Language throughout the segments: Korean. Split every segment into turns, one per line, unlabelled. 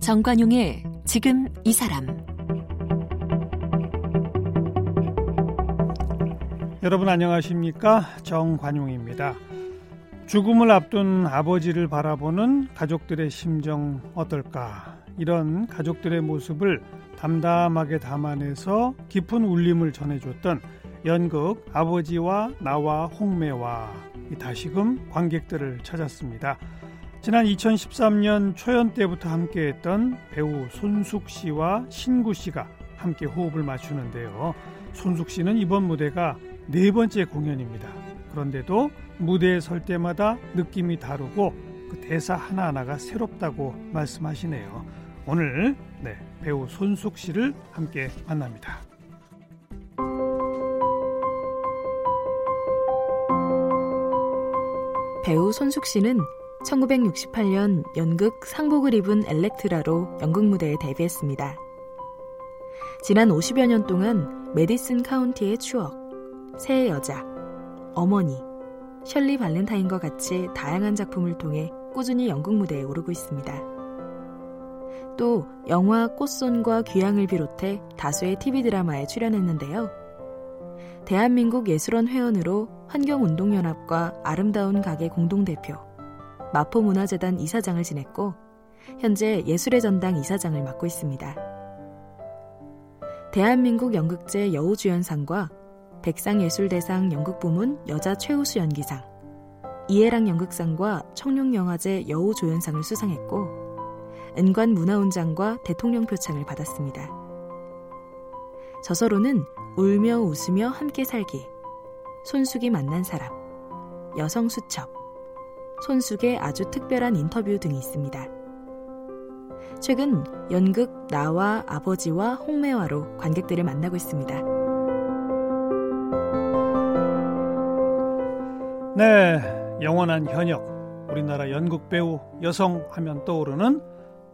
정관용의 지금 이 사람
여러분 안녕하십니까 정관용입니다. 죽음을 앞둔 아버지를 바라보는 가족들의 심정 어떨까? 이런 가족들의 모습을 담담하게 담아내서 깊은 울림을 전해줬던 연극 아버지와 나와 홍매와 다시금 관객들을 찾았습니다. 지난 2013년 초연 때부터 함께했던 배우 손숙 씨와 신구 씨가 함께 호흡을 맞추는데요. 손숙 씨는 이번 무대가 네 번째 공연입니다. 그런데도 무대에 설 때마다 느낌이 다르고 그 대사 하나하나가 새롭다고 말씀하시네요. 오늘 네, 배우 손숙 씨를 함께 만납니다.
배우 손숙 씨는 1968년 연극 상복을 입은 엘렉트라로 연극 무대에 데뷔했습니다. 지난 50여 년 동안 메디슨 카운티의 추억, 새의 여자, 어머니, 셜리 발렌타인과 같이 다양한 작품을 통해 꾸준히 연극 무대에 오르고 있습니다. 또 영화 꽃손과 귀향을 비롯해 다수의 TV 드라마에 출연했는데요. 대한민국 예술원 회원으로 환경운동연합과 아름다운 가게 공동대표, 마포문화재단 이사장을 지냈고 현재 예술의 전당 이사장을 맡고 있습니다. 대한민국 연극제 여우주연상과 백상예술대상 연극부문 여자 최우수 연기상, 이해랑 연극상과 청룡영화제 여우조연상을 수상했고, 은관 문화훈장과 대통령표창을 받았습니다. 저서로는 울며 웃으며 함께 살기, 손숙이 만난 사람, 여성수첩, 손숙의 아주 특별한 인터뷰 등이 있습니다. 최근 연극 나와 아버지와 홍매화로 관객들을 만나고 있습니다.
네, 영원한 현역 우리나라 연극 배우 여성 하면 떠오르는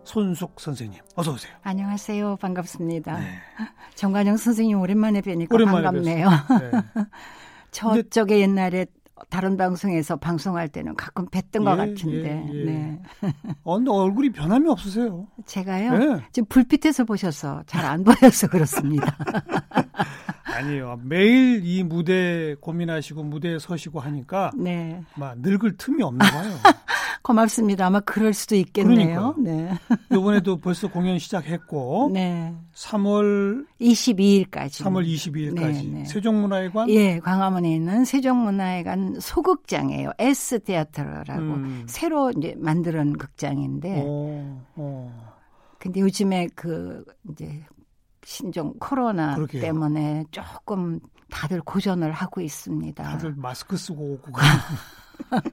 손숙 선생님 어서 오세요.
안녕하세요. 반갑습니다. 네. 정관영 선생님 오랜만에 뵈니까
오랜만에
반갑네요. 네. 저쪽에 옛날에 다른 방송에서 방송할 때는 가끔 뵀던 예, 것 같은데.
예, 예. 네. 어, 근데 얼굴이 변함이 없으세요.
제가요? 네. 지금 불빛에서 보셔서 잘 안 보여서 그렇습니다.
아니에요. 매일 이 무대 고민하시고 무대에 서시고 하니까 네. 막 늙을 틈이 없나 봐요.
고맙습니다. 아마 그럴 수도 있겠네요.
그러니까요. 네. 이번에도 벌써 공연 시작했고 네. 3월
22일까지
3월 22일까지 네, 세종문화회관
예, 광화문에 있는 세종문화회관 소극장이에요. S 테아트라고 음. 새로 이제 만드는
네.
극장인데. 오,
어,
오. 근데 요즘에 그 이제 신종 코로나 그러게요. 때문에 조금 다들 고전을 하고 있습니다.
다들 마스크 쓰고 그러니까 오고.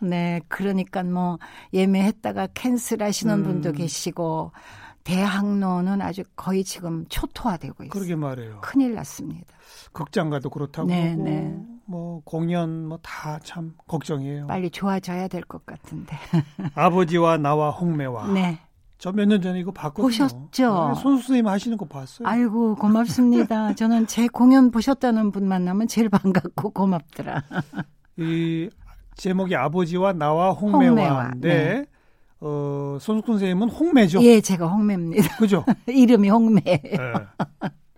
네, 그러니까 뭐 예매했다가 캔슬하시는 음. 분도 계시고 대학로는 아주 거의 지금 초토화되고 있어요.
그러게 말해요.
큰일 났습니다.
극장가도 그렇다고 네, 네. 뭐 공연 뭐 다 참 걱정이에요.
빨리 좋아져야 될 것 같은데.
아버지와 나와 홍매와. 네. 저몇년 전에 이거 봤거든요.
보셨죠?
네, 손수님 하시는 거
네.
봤어요.
아이고 고맙습니다. 저는 제 공연 보셨다는 분 만나면 제일 반갑고 고맙더라.
이 제목이 아버지와 나와 홍매와인데 홍매와, 네. 어, 손숙훈 선생님은 홍매죠.
예, 제가 홍매입니다.
그죠?
이름이 홍매. 네.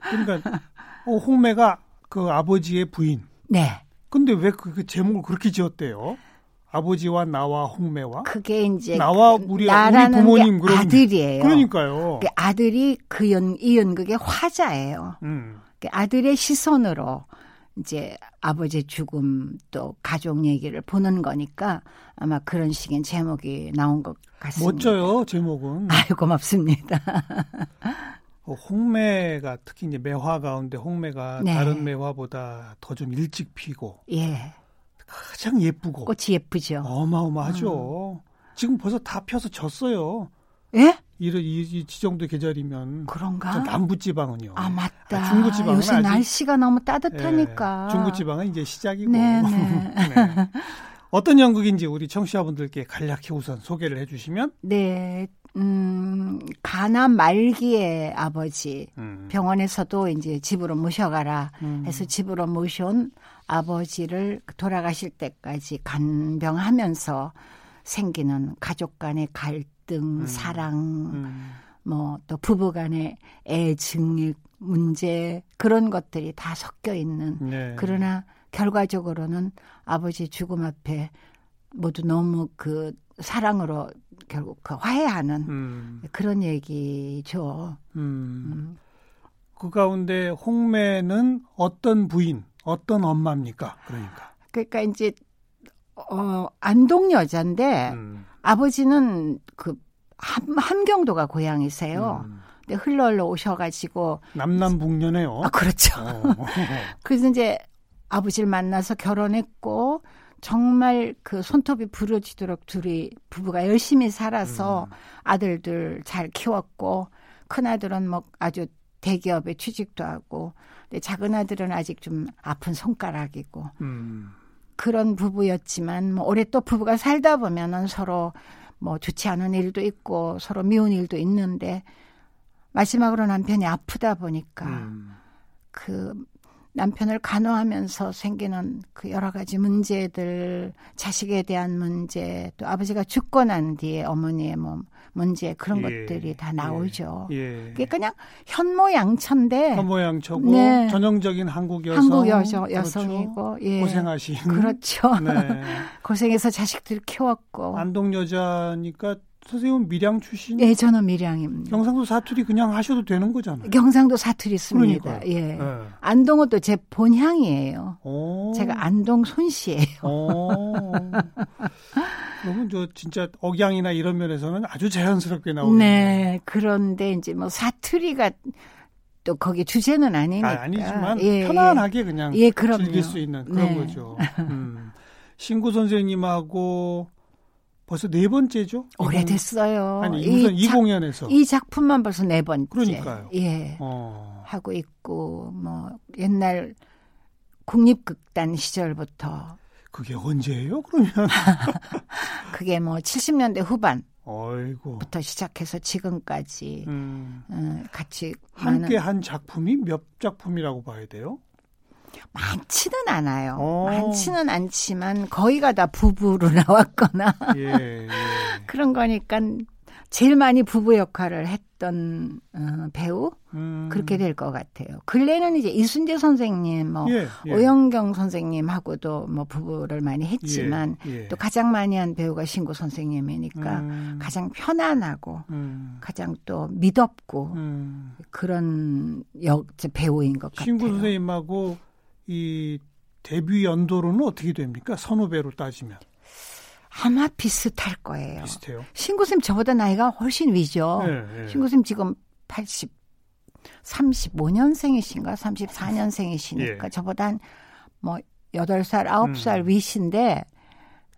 그러니까 어, 홍매가 그 아버지의 부인.
네.
근데 왜 그 제목을 그렇게 지었대요? 아버지와 나와 홍매와
그게 이제
나와 우리, 우리 부모님
그런 아들이에요.
그러니까요.
그 아들이 그 연 이 연극의 화자예요. 음. 그 아들의 시선으로 이제 아버지 죽음 또 가족 얘기를 보는 거니까 아마 그런 식인 제목이 나온 것 같습니다.
멋져요 제목은. 어,
아유 고맙습니다.
홍매가 특히 이제 매화 가운데 홍매가 네. 다른 매화보다 더 좀 일찍 피고.
예.
가장 예쁘고
꽃이 예쁘죠.
어. 어마어마하죠. 음. 지금 벌써 다 펴서 졌어요.
예?
이런 이, 이, 정도 계절이면
그런가?
남부 지방은요.
아 맞다.
아, 중부 지방은
요새 날씨가 너무 따뜻하니까.
예, 중부 지방은 이제 시작이고. 네, 네. 어떤 연극인지 우리 청취자분들께 간략히 우선 소개를 해주시면.
네. 음, 가난 말기의 아버지 음. 병원에서도 이제 집으로 모셔가라 해서 음. 집으로 모셔온 아버지를 돌아가실 때까지 간병하면서 생기는 가족 간의 갈등. 갈등, 음. 사랑, 뭐 또 부부간의 애 증액 문제 그런 것들이 다 섞여 있는 네. 그러나 결과적으로는 아버지 죽음 앞에 모두 너무 그 사랑으로 결국 그 화해하는 음. 그런 얘기죠. 음.
음. 그 가운데 홍매는 어떤 부인, 어떤 엄마입니까? 그러니까.
그러니까 이제 어 안동 여자인데 아버지는 그 함, 함경도가 고향이세요. 근데 흘러 흘러 오셔가지고
음. 남남북녀네요. 어.
아 그렇죠. 그래서 이제 아버지를 만나서 결혼했고 정말 그 손톱이 부러지도록 둘이 부부가 열심히 살아서 음. 아들들 잘 키웠고 큰 아들은 뭐 아주 대기업에 취직도 하고 근데 작은 아들은 아직 좀 아픈 손가락이고 음. 그런 부부였지만 뭐 올해 또 부부가 살다 보면은 서로 뭐 좋지 않은 일도 있고 서로 미운 일도 있는데 마지막으로 남편이 아프다 보니까 음. 그 남편을 간호하면서 생기는 그 여러 가지 문제들, 자식에 대한 문제, 또 아버지가 죽고 난 뒤에 어머니의 뭐 문제 그런 예, 것들이 다 나오죠. 예, 그게 그냥 현모양처인데
현모양처고 네. 전형적인 한국 여성
한국 여성 여성이고 그렇죠. 예.
고생하신
그렇죠. 네. 고생해서 자식들 키웠고
안동 여자니까 선생님은 밀양 출신?
어. 예, 저는 밀양입니다.
경상도 사투리 그냥 하셔도 되는 거잖아요.
경상도 사투리 씁니다. 그러니까요. 예. 네. 안동은 또 제 본향이에요.
어.
오. 제가 아- 안동 손씨예요.
그러면 저 진짜 억양이나 이런 면에서는 아주 자연스럽게 나오는.
네. 그런데 이제 뭐 사투리가 또 거기 주제는 아니니까.
아, 니지만 예. 편안하게 그냥 예, 그럼요. 즐길 수 있는 그런 네. 거죠. 음. 신구 선생님하고 벌써 네 번째죠?
오래됐어요.
아니, 우선 이, 이 공연에서.
이 작품만 벌써 네 번째.
그러니까요.
예. 어. 하고 있고, 뭐, 옛날 국립극단 시절부터.
그게 언제예요, 그러면?
그게 뭐 70년대 후반.
어이고.
부터 시작해서 지금까지 음. 음 같이
함께 많은... 한 작품이 몇 작품이라고 봐야 돼요?
많지는 않아요. 오. 많지는 않지만 거의가 다 부부로 나왔거나 예, 예. 그런 거니까 제일 많이 부부 역할을 했던 어, 배우 음. 그렇게 될 것 같아요. 근래는 이제 이순재 선생님, 뭐 예, 오영경 선생님하고도 뭐 부부를 많이
예.
했지만 또 가장 많이 한 배우가 신구 선생님이니까 음. 가장 편안하고 음. 가장 또
음.
미덥고 그런 역 배우인 것 같아요.
신구 선생님하고 이 데뷔 연도로는 어떻게 됩니까? 선후배로 따지면.
아마 비슷할 거예요.
비슷해요. 예,
신구쌤 저보다 나이가 훨씬 위죠. 네, 네. 그렇죠. 신구쌤 지금 80, 35년생이신가 34년생이시니까
예.
네. 저보다 한 뭐 8살, 9살 음. 위신데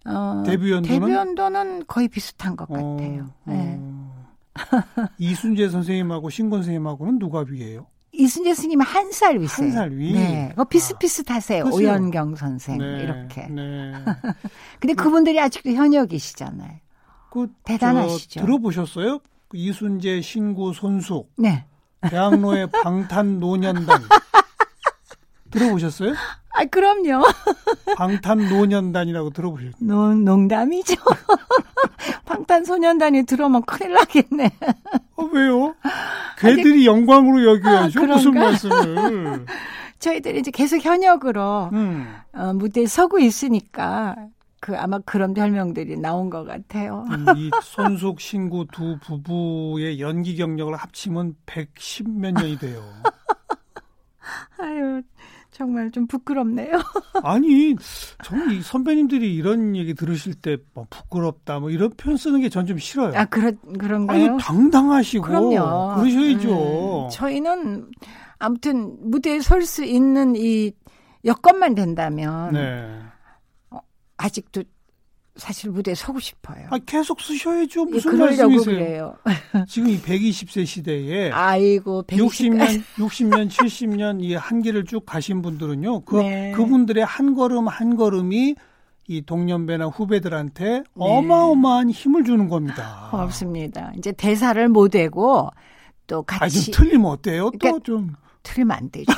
어, 데뷔 연도는?
데뷔 연도는 거의 비슷한 것 어, 같아요.
어. 이순재 선생님하고 신권 선생님하고는 누가 위예요?
이순재 스님 한 살 위세요.
한살 위. 아, 그렇죠.
네. 뭐 비슷비슷하세요. 아, 오연경 선생 네, 이렇게.
음.
네. 근데 그, 그분들이 아직도 현역이시잖아요. 그 대단하시죠.
들어보셨어요? 그 이순재 신구 손수.
네.
대학로의 방탄 노년단. 들어보셨어요?
아, 그럼요.
방탄 노년단이라고 들어보셨죠?
농, 농담이죠. 방탄소년단이 들어오면 큰일 나겠네.
어, 왜요? 걔들이 아니, 영광으로 여겨야죠. 아, 무슨 말씀을.
저희들이 이제 계속 현역으로 음. 어, 무대에 서고 있으니까 그 아마 그런 별명들이 나온 것 같아요.
음, 이 손숙 신구 두 부부의 연기 경력을 합치면 110몇 년이 돼요.
아유, 정말 좀 부끄럽네요.
아니, 저는 선배님들이 이런 얘기 들으실 때 뭐 부끄럽다 뭐 이런 표현 쓰는 게 전 좀 싫어요.
아 그런 그런가요?
네. 아니 당당하시고 그럼요. 그러셔야죠.
음, 저희는 아무튼 무대에 설 수 있는 이 여건만 된다면 네. 어, 아직도 사실 무대에 서고 싶어요.
아, 계속 쓰셔야죠. 무슨 예, 말씀이세요? 네. 그래요. 지금 이 120세 시대에
아이고
120... 60년, 60년, 70년 이 한길을 쭉 가신 분들은요. 그 네. 그분들의 한 걸음 한 걸음이 이 동년배나 후배들한테 네. 아, 어마어마한 힘을 주는 겁니다.
없습니다. 이제 대사를 못 외고 또 같이
아, 아좀 틀리면 어때요? 그러니까, 또좀
틀면 안 되죠.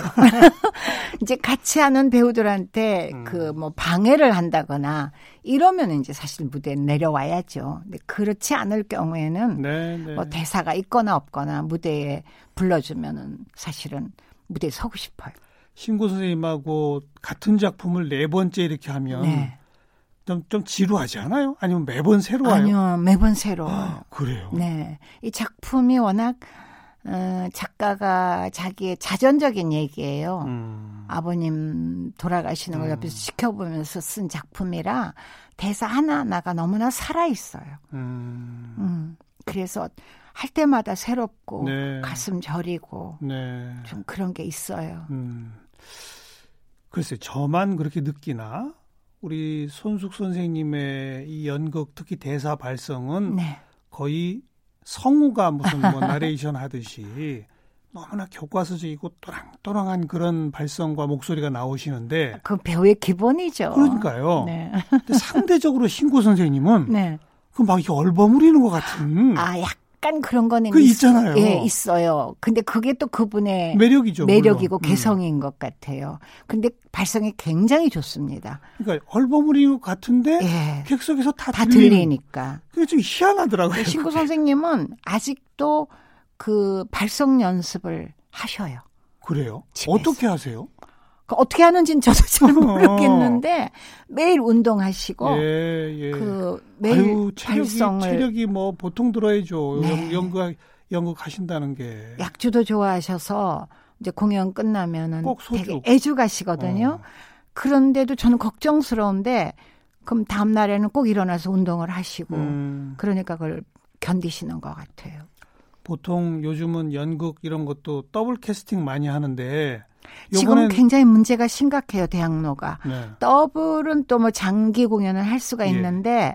이제 같이 하는 배우들한테 음. 그뭐 방해를 한다거나 이러면 이제 사실 무대에 내려와야죠. 근데 그렇지 않을 경우에는 네, 네. 뭐 대사가 있거나 없거나 무대에 불러주면은 사실은 무대에 서고 싶어요.
신구 선생님하고 같은 작품을 네 번째 이렇게 하면 네. 좀, 좀 지루하지 않아요? 아니면 매번 새로워요?
아니요, 매번 새로워요.
아, 그래요?
네. 이 작품이 워낙 어, 작가가 자기의 자전적인 얘기예요. 음.
아.
아버님 돌아가시는
네.
걸 옆에서 음. 지켜보면서 쓴 작품이라 대사 하나하나가 너무나 살아있어요. 음. 음. 그래서 할 때마다
뭐
새롭고 네. 가슴 저리고 네. 좀 그런 게 있어요.
음. 글쎄, 저만 그렇게 느끼나? 우리 손숙 선생님의 이 연극 특히 대사 발성은 네. 거의 성우가 무슨 뭐 나레이션 하듯이 너무나 교과서적이고 또랑또랑한 그런 발성과 목소리가 나오시는데
그 배우의 기본이죠.
그러니까요. 네. 근데 상대적으로 신고 선생님은 네. 그막 이렇게 얼버무리는 것 같은.
아 약간 그런 거는
음. 그 있, 있잖아요.
예, 있어요. 근데 그게 또 그분의
매력이죠.
네. 매력이고 물론. 개성인 음. 것 같아요. 근데 발성이 굉장히 좋습니다.
그러니까 얼버무리는 것 같은데 예. 객석에서 다,
다 들리니까.
그게 좀 희한하더라고요.
네, 신구 선생님은 아직도 그 발성 연습을 하셔요.
그래요? 집에서. 어떻게 하세요?
그 어떻게 하는지는 저도 잘 모르겠는데 매일 운동하시고 예, 예. 그 매일 아유,
체력이,
발성을
체력이 뭐 보통 들어야죠. 네. 연극 연극 하신다는 게
약주도 좋아하셔서 이제 공연 끝나면은 되게 애주가시거든요. 어. 그런데도 저는 걱정스러운데 그럼 다음 날에는 꼭 일어나서 운동을 하시고 음. 그러니까 그걸 견디시는 것 같아요.
보통 요즘은 연극 이런 것도 더블 캐스팅 많이 하는데
지금 굉장히 문제가 심각해요 대학로가 네. 더블은 또 뭐 장기 공연을 할 수가 있는데 예.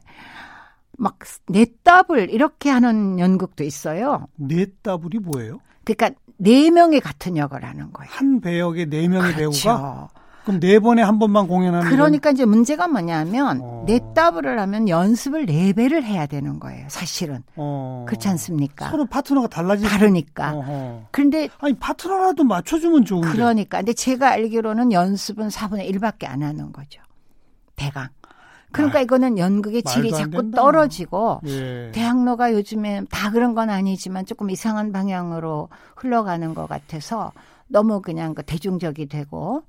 막네 더블 이렇게 하는 연극도 있어요.
네 더블이 뭐예요?
그러니까 네 명이 같은 역을 하는 거예요.
한 배역에 네 명의 그렇죠. 배우가 아, 그럼 네 번에 한 번만 공연하는
그러니까 이제 문제가 뭐냐면 어. 네 더블을 하면 연습을 네 배를 해야 되는 거예요. 사실은 어. 그렇지 않습니까?
서로 파트너가 달라지
다르니까. 어허. 그런데
아니 파트너라도 맞춰주면 좋은데.
그러니까 근데 제가 알기로는 연습은 4분의 1밖에 안 하는 거죠. 대강. 그러니까 말, 이거는 연극의 질이 자꾸 된다. 떨어지고 예.
네.
대학로가 요즘에 다 그런 건 아니지만 조금 이상한 방향으로 흘러가는 것 같아서 너무 그냥 그 대중적이 되고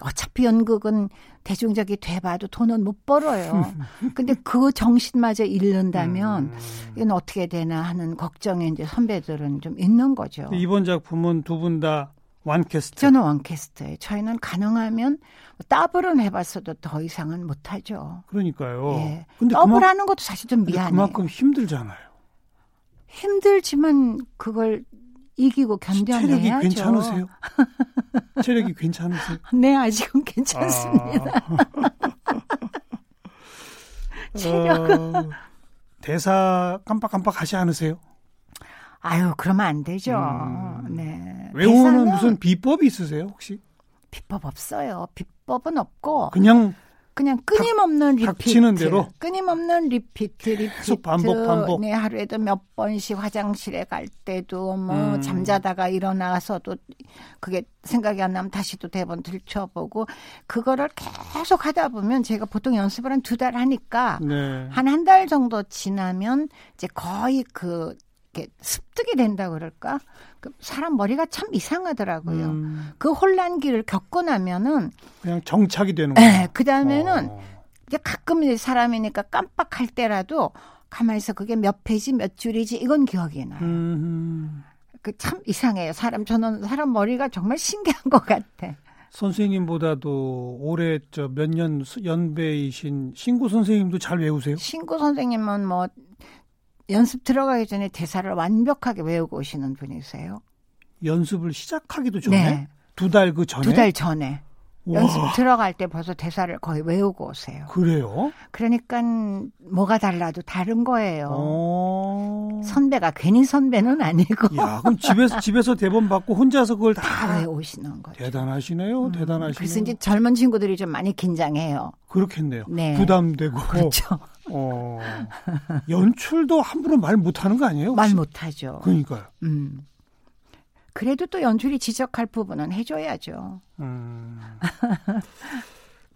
어차피 연극은 대중적이 돼봐도 돈은 못 벌어요. 근데 그 정신마저 잃는다면
음.
이건 어떻게 되나 하는 걱정에 이제 선배들은 좀 있는 거죠.
이번 작품은 두 분 다 완캐스트.
저는 완캐스트예요. 저희는 가능하면 더블은 해봤어도 더 이상은 못하죠.
어. 그러니까요.
예. 근데 더블하는 것도 사실 좀 미안해요.
그만큼 힘들잖아요.
힘들지만 그걸 이기고 견뎌내야죠.
체력이 괜찮으세요? 체력이 괜찮으세요?
네, 아직은 괜찮습니다. 아... 체력은 아, 어...
대사 깜빡깜빡 하지 않으세요?
아유, 그러면 안 되죠. 음... 네.
외우는 대사는... 무슨 비법이 있으세요, 혹시?
비법 없어요. 비법은 없고
그냥
그냥 끊임없는 탁, 리피트. 대로. 끊임없는 리피트,
리피트. 반복, 반복.
네, 하루에도 몇 번씩 화장실에 갈 때도 뭐 음. 잠자다가 일어나서도 그게 생각이 안 나면 다시 또 대본 들춰보고 그거를 계속 하다 보면 제가 보통 연습을 한 두 달 하니까 네. 한한 달 정도 지나면 이제 거의 그 습득이 된다 그럴까? 사람 머리가 참 이상하더라고요. 음. 그 혼란기를 겪고 나면은
그냥 정착이 되는
거예요. 그 다음에는 어. 이제 가끔 이제 사람이니까 깜빡할 때라도 가만히 있어 그게 몇 페이지 몇 줄이지 이건 기억이 나요. 음. 그참 이상해요. 사람 저는 사람 머리가 정말 신기한 것
음.
같아.
선생님보다도 오래 저 몇 년 연배이신 신구 선생님도 잘 외우세요?
신구 선생님은 뭐 연습 들어가기 전에 대사를 완벽하게 외우고 오시는 분이세요.
연습을 시작하기도 전에 네. 두달 그 전에
두 달 전에 와. 연습 들어갈 때 벌써 대사를 거의 외우고 오세요.
그래요?
그러니까 뭐가 달라도 다른 거예요.
어.
오. 선배가 괜히 선배는 아니고.
야, 그럼 집에서 집에서 대본 받고 혼자서 그걸 다,
다 외우시는 거죠.
대단하시네요, 음, 대단하시네요.
그래서 네. 이제 젊은 친구들이 좀 많이 긴장해요.
그렇겠네요. 네. 부담되고.
그렇죠.
어, 연출도 함부로 말 못하는 거 아니에요? 혹시?
말 못하죠.
그러니까요. 음.
그래도 또 연출이 지적할 부분은 해줘야죠.
음.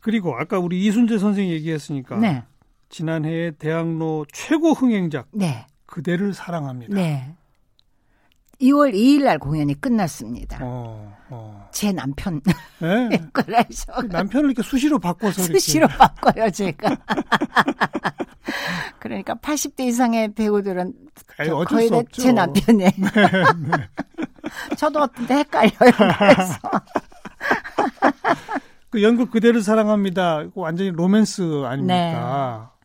그리고 아까 우리 이순재 선생 얘기했으니까
네.
지난해에 대학로 최고 흥행작
네.
그대를 사랑합니다.
네. 2월 2일 날 공연이 끝났습니다.
어, 어.
제 남편
네.
거라서
남편을 이렇게 수시로 바꿔서 이렇게.
수시로 바꿔요, 제가. 그러니까 80대 이상의 배우들은
아이,
저
어쩔
거의
수
다
없죠. 네,
제 남편이에요. 저도 어떤데 헷갈려요. 그래서.
그 연극 그대를 사랑합니다. 이거 완전히 로맨스 아닙니까?
네.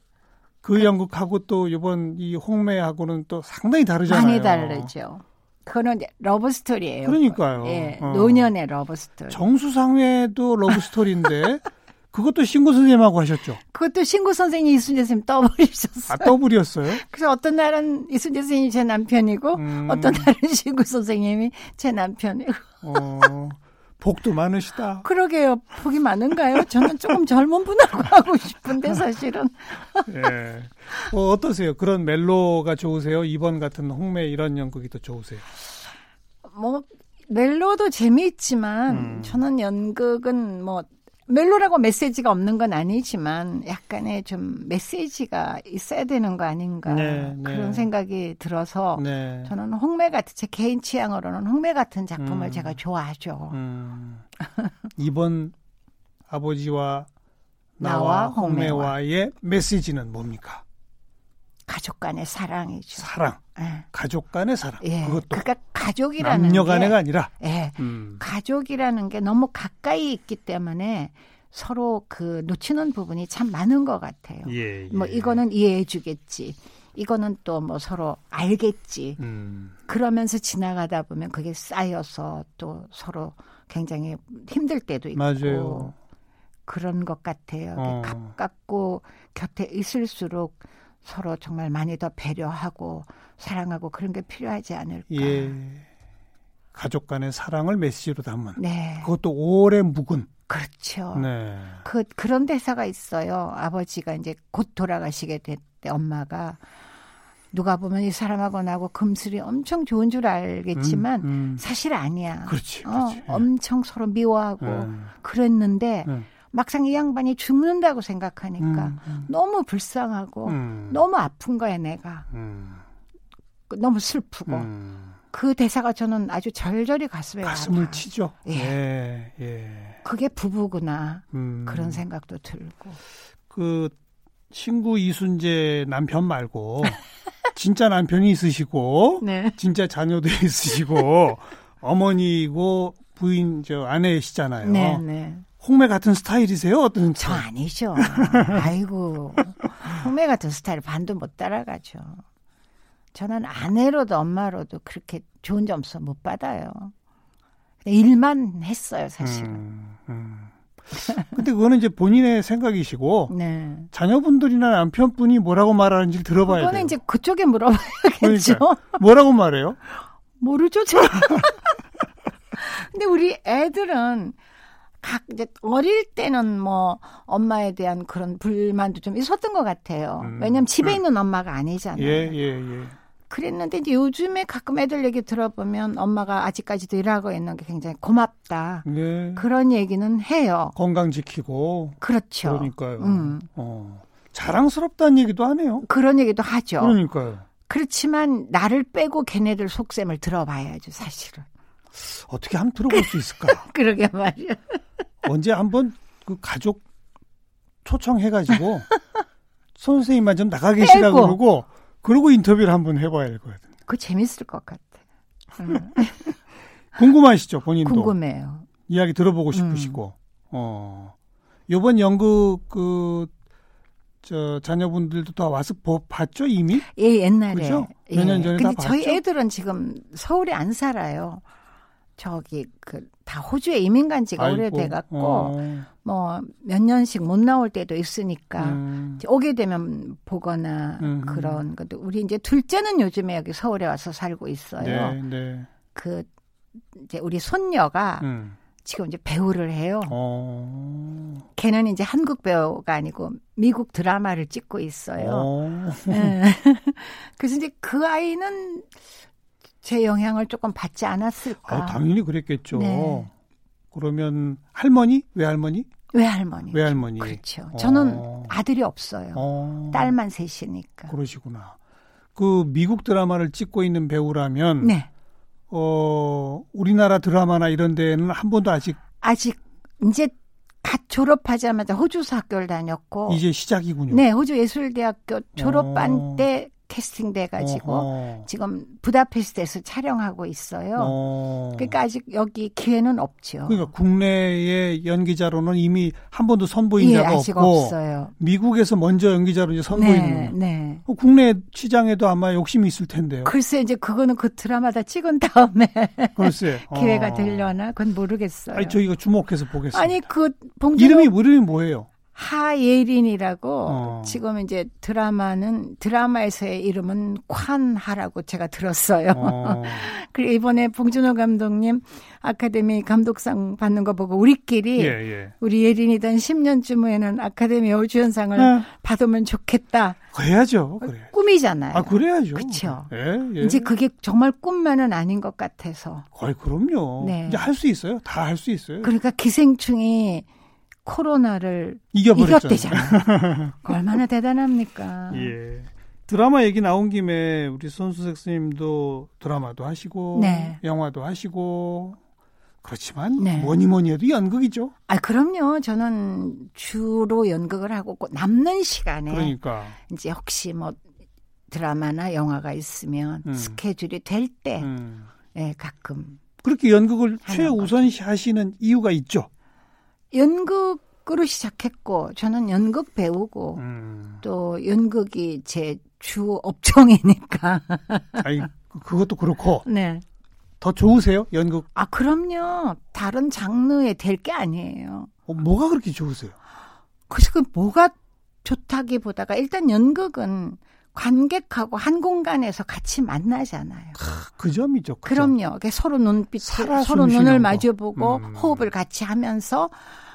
그 연극하고 또 이번 이 홍매하고는 또 상당히 다르잖아요.
많이 다르죠. 그거는 이제 러브 스토리예요.
그러니까요.
예,
어.
노년의 러브 스토리.
정수상회도 러브 스토리인데 그것도 신고 선생님하고 하셨죠.
그것도 신구 선생님 이순재 선생님 떠버리셨어요.
아 더블이었어요.
그래서 어떤 날은 이순재 선생님이 제 남편이고
음.
어떤 날은 신구 선생님이 제 남편이고
어, 복도 많으시다.
그러게요. 복이 많은가요? 저는 조금 젊은 분하고 하고 싶은데 사실은
예. 어, 어떠세요? 그런 멜로가 좋으세요? 이번 같은 홍매 이런 연극이 더 좋으세요?
뭐 멜로도 재미있지만
음.
저는 연극은 뭐 멜로라고 메시지가 없는 건 아니지만 약간의 좀 메시지가 있어야 되는 거 아닌가
네, 네.
그런 생각이 들어서
네.
저는 홍매 같은 제 개인 취향으로는 홍매 같은 작품을 제가 좋아하죠.
음, 이번 아버지와
나와
나와
홍매와.
홍매와의 메시지는 뭡니까?
가족 간의 사랑이죠.
사랑,
예.
가족 간의 사랑.
예.
그것도
그러니까 가족이라는
남녀
게-
간의가 아니라.
예.
음.
가족이라는 게 너무 가까이 있기 때문에 서로 그 놓치는 부분이 참 많은 것 같아요.
예, 예.
뭐 이거는 이해해 주겠지. 이거는 또 뭐 서로 알겠지.
음,
그러면서 지나가다 보면 그게 쌓여서 또 서로 굉장히 힘들 때도 있고
맞아요.
그런 것 같아요.
어.
가깝고 곁에 있을수록 서로 정말 많이 더 배려하고 사랑하고 그런 게 필요하지 않을까.
예. 가족 간의 사랑을 메시지로 담은
네,
그것도 오래 묵은.
그렇죠.
네.
그 그런 대사가 있어요. 아버지가 이제 곧 돌아가시게 됐대 엄마가 누가 보면 이 사람하고 나하고 금슬이 엄청 좋은 줄
음,
알겠지만
음.
사실 아니야.
그렇지, 예.
어,
그렇지.
엄청 서로 미워하고
음.
그랬는데
음.
막상 이 양반이 죽는다고 생각하니까
음, 음,
너무 불쌍하고
음.
그러니까 너무 아픈 거야 내가 그
음,
너무 슬프고
음.
그 대사가 저는 아주 절절히 가슴에
가슴을
네. 와닿아요.
치죠. 예, 예.
그게 부부구나
음.
그런 생각도 들고
그 친구 이순재 남편 말고 진짜 남편이 있으시고
네.
진짜 자녀도 있으시고 어머니이고 부인 저 아내시잖아요.
네, 네.
홍매 같은 스타일이세요? 어떤
저
스타일?
아니죠. 아이고. 홍매 같은 스타일 반도 못 따라가죠. 저는 아내로도 엄마로도 그렇게 좋은 점수 못 받아요. 일만 했어요, 사실은.
음, 음. 근데 그거는 이제 본인의 생각이시고
네.
자녀분들이나 남편분이 뭐라고 말하는지 들어봐야 돼요.
그거는 이제 그쪽에 물어봐야겠죠.
그러니까요. 뭐라고 말해요?
모르죠, 저. 근데 우리 애들은 각 이제 어릴 때는 뭐 엄마에 대한 그런 불만도 좀 있었던 것 같아요.
음.
왜냐면 집에 있는 엄마가 아니잖아요. 네.
예, 예, 예.
그랬는데 이제 요즘에 가끔 애들 얘기 들어보면 엄마가 아직까지도 일하고 있는 게 굉장히 고맙다.
예.
그런 얘기는 해요.
건강 지키고
그렇죠.
그러니까요.
음.
어. 자랑스럽다는 얘기도 하네요.
그런 얘기도 하죠.
그러니까요.
그렇지만 나를 빼고 걔네들 속셈을 들어봐야죠, 사실은.
어떻게 한번 들어볼 수 있을까?
그러게 말이야.
언제 한번 그 가족 초청해가지고 선생님만 좀 나가 계시라
빼고.
그러고 그러고 인터뷰를 한번 해봐야 될 거예요.
그거 재밌을 것 같아. 음,
궁금하시죠 본인도
궁금해요. 음.
이야기 들어보고 싶으시고 어 요번 연극 그 저 자녀분들도 다 와서 보, 봤죠 이미
예, 옛날에.
그죠?
예.
몇년 전에
근데
다
저희
봤죠?
애들은 지금 서울에 안 살아요. 저기 그 다 호주에 이민 간 지가
아이고,
오래돼 갖고
어,
뭐 몇 년씩 못 나올 때도 있으니까
음,
이제 오게 되면 보거나
음.
그런 것도 우리 이제 둘째는 요즘에 여기 서울에 와서 살고 있어요.
네, 네.
그 이제 우리 손녀가
음.
지금 이제 배우를 해요.
어.
걔는 이제 한국 배우가 아니고 미국 드라마를 네. 찍고 있어요.
어.
예. 그래서 이제 그 아이는 제 영향을 조금 받지 않았을까.
아, 당연히 그랬겠죠. 네. 그러면 할머니, 외할머니?
외할머니.
외할머니.
네, 그렇죠. 저는 어. 아들이 없어요. 어. 딸만 셋이니까.
그러시구나. 그 미국 드라마를 찍고 있는
음.
배우라면 네. 어, 우리나라 드라마나 이런 데는 한 번도 아직
아직 이제 갓 졸업하자마자 호주서 학교를 다녔고
이제 시작이군요.
네, 호주 예술대학교 졸업반 어. 때 캐스팅돼 가지고 어. 지금 부다페스트에서 촬영하고 있어요. 어. 그러니까 아직 여기 기회는 없죠.
그러니까 국내의 연기자로는 이미 한 번도 선보인 예, 자가 없고 없어요.
네,
미국에서 먼저 연기자로 이제 선보이는 네, 네. 국내 시장에도 아마 욕심이 있을 텐데요.
글쎄 이제 그거는 그 드라마다 찍은 다음에
글쎄
그
어.
기회가 되려나 그건 모르겠어요.
아니 저희가 주목해서 보겠습니다.
아니 그
봉준호 이름이 이름이 뭐예요?
하예린이라고 어. 지금 이제 드라마는 드라마에서의 이름은 콴하라고 제가 들었어요. 어. 그리고 이번에 봉준호 감독님 아카데미 감독상 받는 거 보고 우리끼리 예, 예. 우리 예린이던 10년쯤 후에는 아카데미 여주연상을
네.
예. 받으면 좋겠다.
그래야죠. 그래.
꿈이잖아요.
아 그래야죠. 예,
그렇죠. 이제 그게 정말 꿈만은 아닌 것 같아서.
거의 그럼요. 네. 이제 할 수 있어요. 다 할 수 있어요.
그러니까 기생충이 코로나를
이겨버렸잖아요.
얼마나 대단합니까?
예. 드라마 얘기 나온 김에 우리 손수색 스님도 드라마도 하시고 네. 영화도 하시고 그렇지만 네. 뭐니 뭐니 해도 연극이죠.
아 그럼요. 저는 주로 연극을 하고 남는 시간에
그러니까
이제 혹시 뭐 드라마나 영화가 있으면 음. 스케줄이 될때 음. 예, 가끔
그렇게 연극을 최우선시 하시는 이유가 있죠.
연극으로 시작했고 저는 연극 배우고 음. 또 연극이 제 주 업종이니까.
아니 그것도 그렇고. 네. 더 좋으세요 연극?
아 그럼요. 다른 장르에 될 게 아니에요.
어, 뭐가 그렇게 좋으세요?
그래서 그 뭐가 좋다기보다가 일단 연극은 관객하고 한 공간에서 같이 만나잖아요.
그 점이죠. 그
그럼요. 점. 서로 눈빛, 서로 눈을 마주보고 음. 호흡을 같이 하면서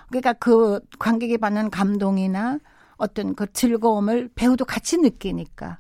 그러니까 그 관객이 받는 감동이나 어떤 그 즐거움을 배우도 같이 느끼니까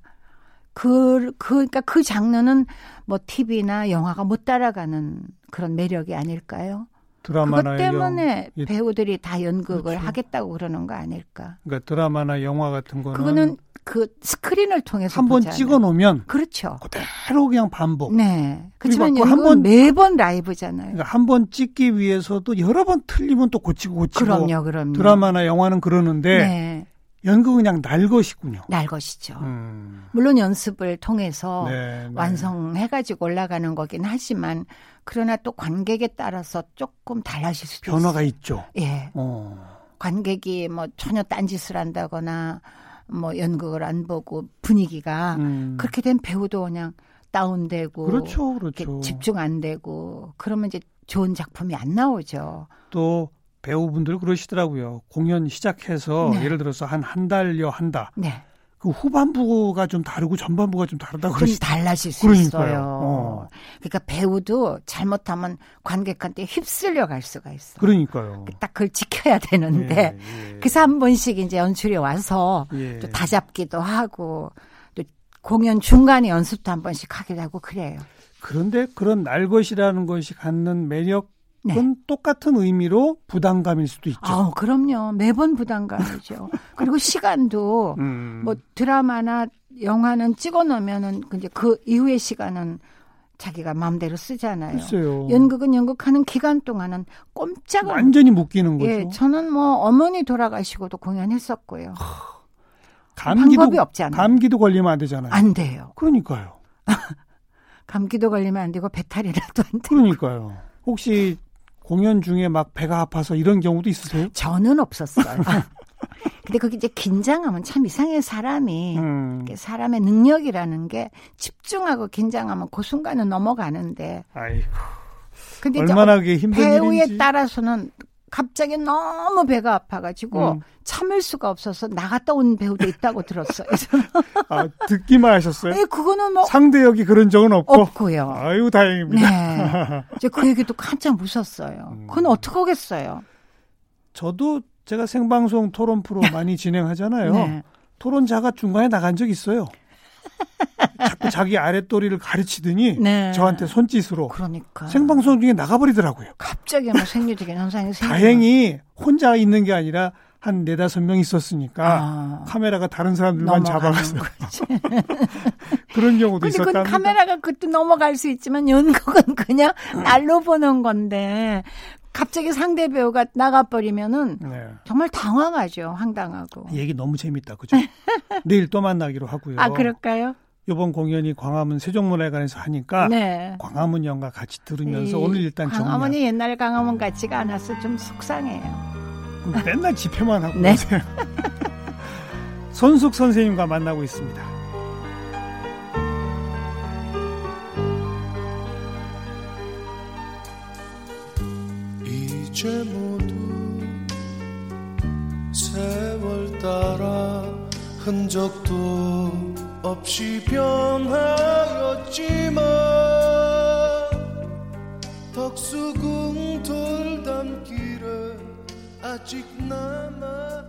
그, 그 그러니까 그 장르는 뭐 TV나 영화가 못 따라가는 그런 매력이 아닐까요?
드라마나
그것 때문에 영... 배우들이 다 연극을 그렇죠. 하겠다고 그러는 거 아닐까?
그러니까 드라마나 영화 같은 거는
그거는 그 스크린을 통해서
한 번 찍어 놓으면
그렇죠.
그대로 그냥 반복.
네. 그렇지만 한번 매번 라이브잖아요.
그러니까 한 번 찍기 위해서도 여러 번 틀리면 또 고치고 고치고.
그럼요, 그럼요.
뭐 드라마나 영화는 그러는데 네. 연극은 그냥 날 것이군요.
날 것이죠. 음. 물론 연습을 통해서 네, 네. 완성해가지고 올라가는 거긴 하지만 그러나 또 관객에 따라서 조금 달라질 수도
변화가 있어요.
있죠. 예. 어. 관객이 뭐 전혀 딴짓을 한다거나 뭐 연극을 안 보고 분위기가 음. 그렇게 된 배우도 그냥 다운되고
그렇죠, 그렇죠.
집중 안 되고 그러면 이제 좋은 작품이 안 나오죠.
또 배우분들 그러시더라고요. 공연 시작해서 네. 예를 들어서 한 한 달여 한다. 네. 그 후반부가 좀 다르고 전반부가 좀 다르다 그러시
좀뭐 달라질 수 그러니까요. 있어요. 어. 그러니까 배우도 잘못하면 관객한테 휩쓸려 갈 수가 있어요.
그러니까요.
딱 그걸 지켜야 되는데 예, 예. 그래서 한 번씩 이제 연출이 와서 예. 또 다잡기도 하고 또 공연 중간에 연습도 한 번씩 하기도 하고 그래요.
그런데 그런 날 것이라는 것이 갖는 매력 네. 그건 똑같은 의미로 부담감일 수도 있죠.
아, 그럼요. 매번 부담감이죠. 그리고 시간도 음. 뭐 드라마나 영화는 찍어 놓으면은 이제 그 이후의 시간은 자기가 마음대로 쓰잖아요.
글쎄요.
연극은 연극하는 기간 동안은 꼼짝을
완전히 묶이는 거죠.
예, 저는 뭐 어머니 돌아가시고도 공연했었고요.
하, 감기도,
방법이 없잖아요.
감기도 걸리면 안 되잖아요.
안 돼요.
그러니까요.
감기도 걸리면 안 되고 배탈이라도 안 되고.
그러니까요. 혹시 공연 중에 막 배가 아파서 이런 경우도 있으세요?
저는 없었어요. 근데 그게 이제 긴장하면 참 이상해 사람이 음. 사람의 능력이라는 게 집중하고 긴장하면 그 순간은 넘어가는데.
아이고. 근데 얼마나 이제 힘든
배우에
일인지.
따라서는 갑자기 너무 배가 아파가지고 음. 참을 수가 없어서 나갔다 온 배우도 있다고 들었어요.
아, 듣기만 하셨어요?
네, 그거는 뭐
상대 역이 그런 적은 없고
없고요.
아유 다행입니다.
네, 그 얘기도 깜짝 웃었어요. 그건 음. 어떻게 하겠어요?
저도 제가 생방송
네.
토론 프로 많이 진행하잖아요. 네. 토론자가 중간에 나간 적 있어요. 자꾸 자기 아랫도리를 가르치더니
네.
저한테 손짓으로
그러니까
생방송 중에 나가버리더라고요.
갑자기 뭐 생리적인 현상이 생기
다행히 혼자 있는 게 아니라 한 네다섯 명
아,
있었으니까
어.
카메라가 다른 사람들만 아, 잡아가서 그런 경우도
근데 그
있었다.
카메라가 그때 넘어갈 수 있지만 연극은 그냥
음.
날로 보는 건데 갑자기 상대 배우가 나가버리면은
네.
정말 당황하죠. 황당하고.
얘기 너무 재밌다. 그죠? 내일 또 만나기로 하고요.
어. 아 그럴까요?
이번 공연이 광화문 세종문화회관에서 하니까
네.
광화문 연가 같이 들으면서
이
오늘 일단
광화문이 옛날 광화문 같지가 않아서 좀 속상해요.
정리. 맨날 집회만 하고
네.
계세요. 손숙 선생님과 만나고 있습니다.
이제 모두 세월 따라 흔적도 없이 변하였지만 덕수궁 돌담길에 아직 남아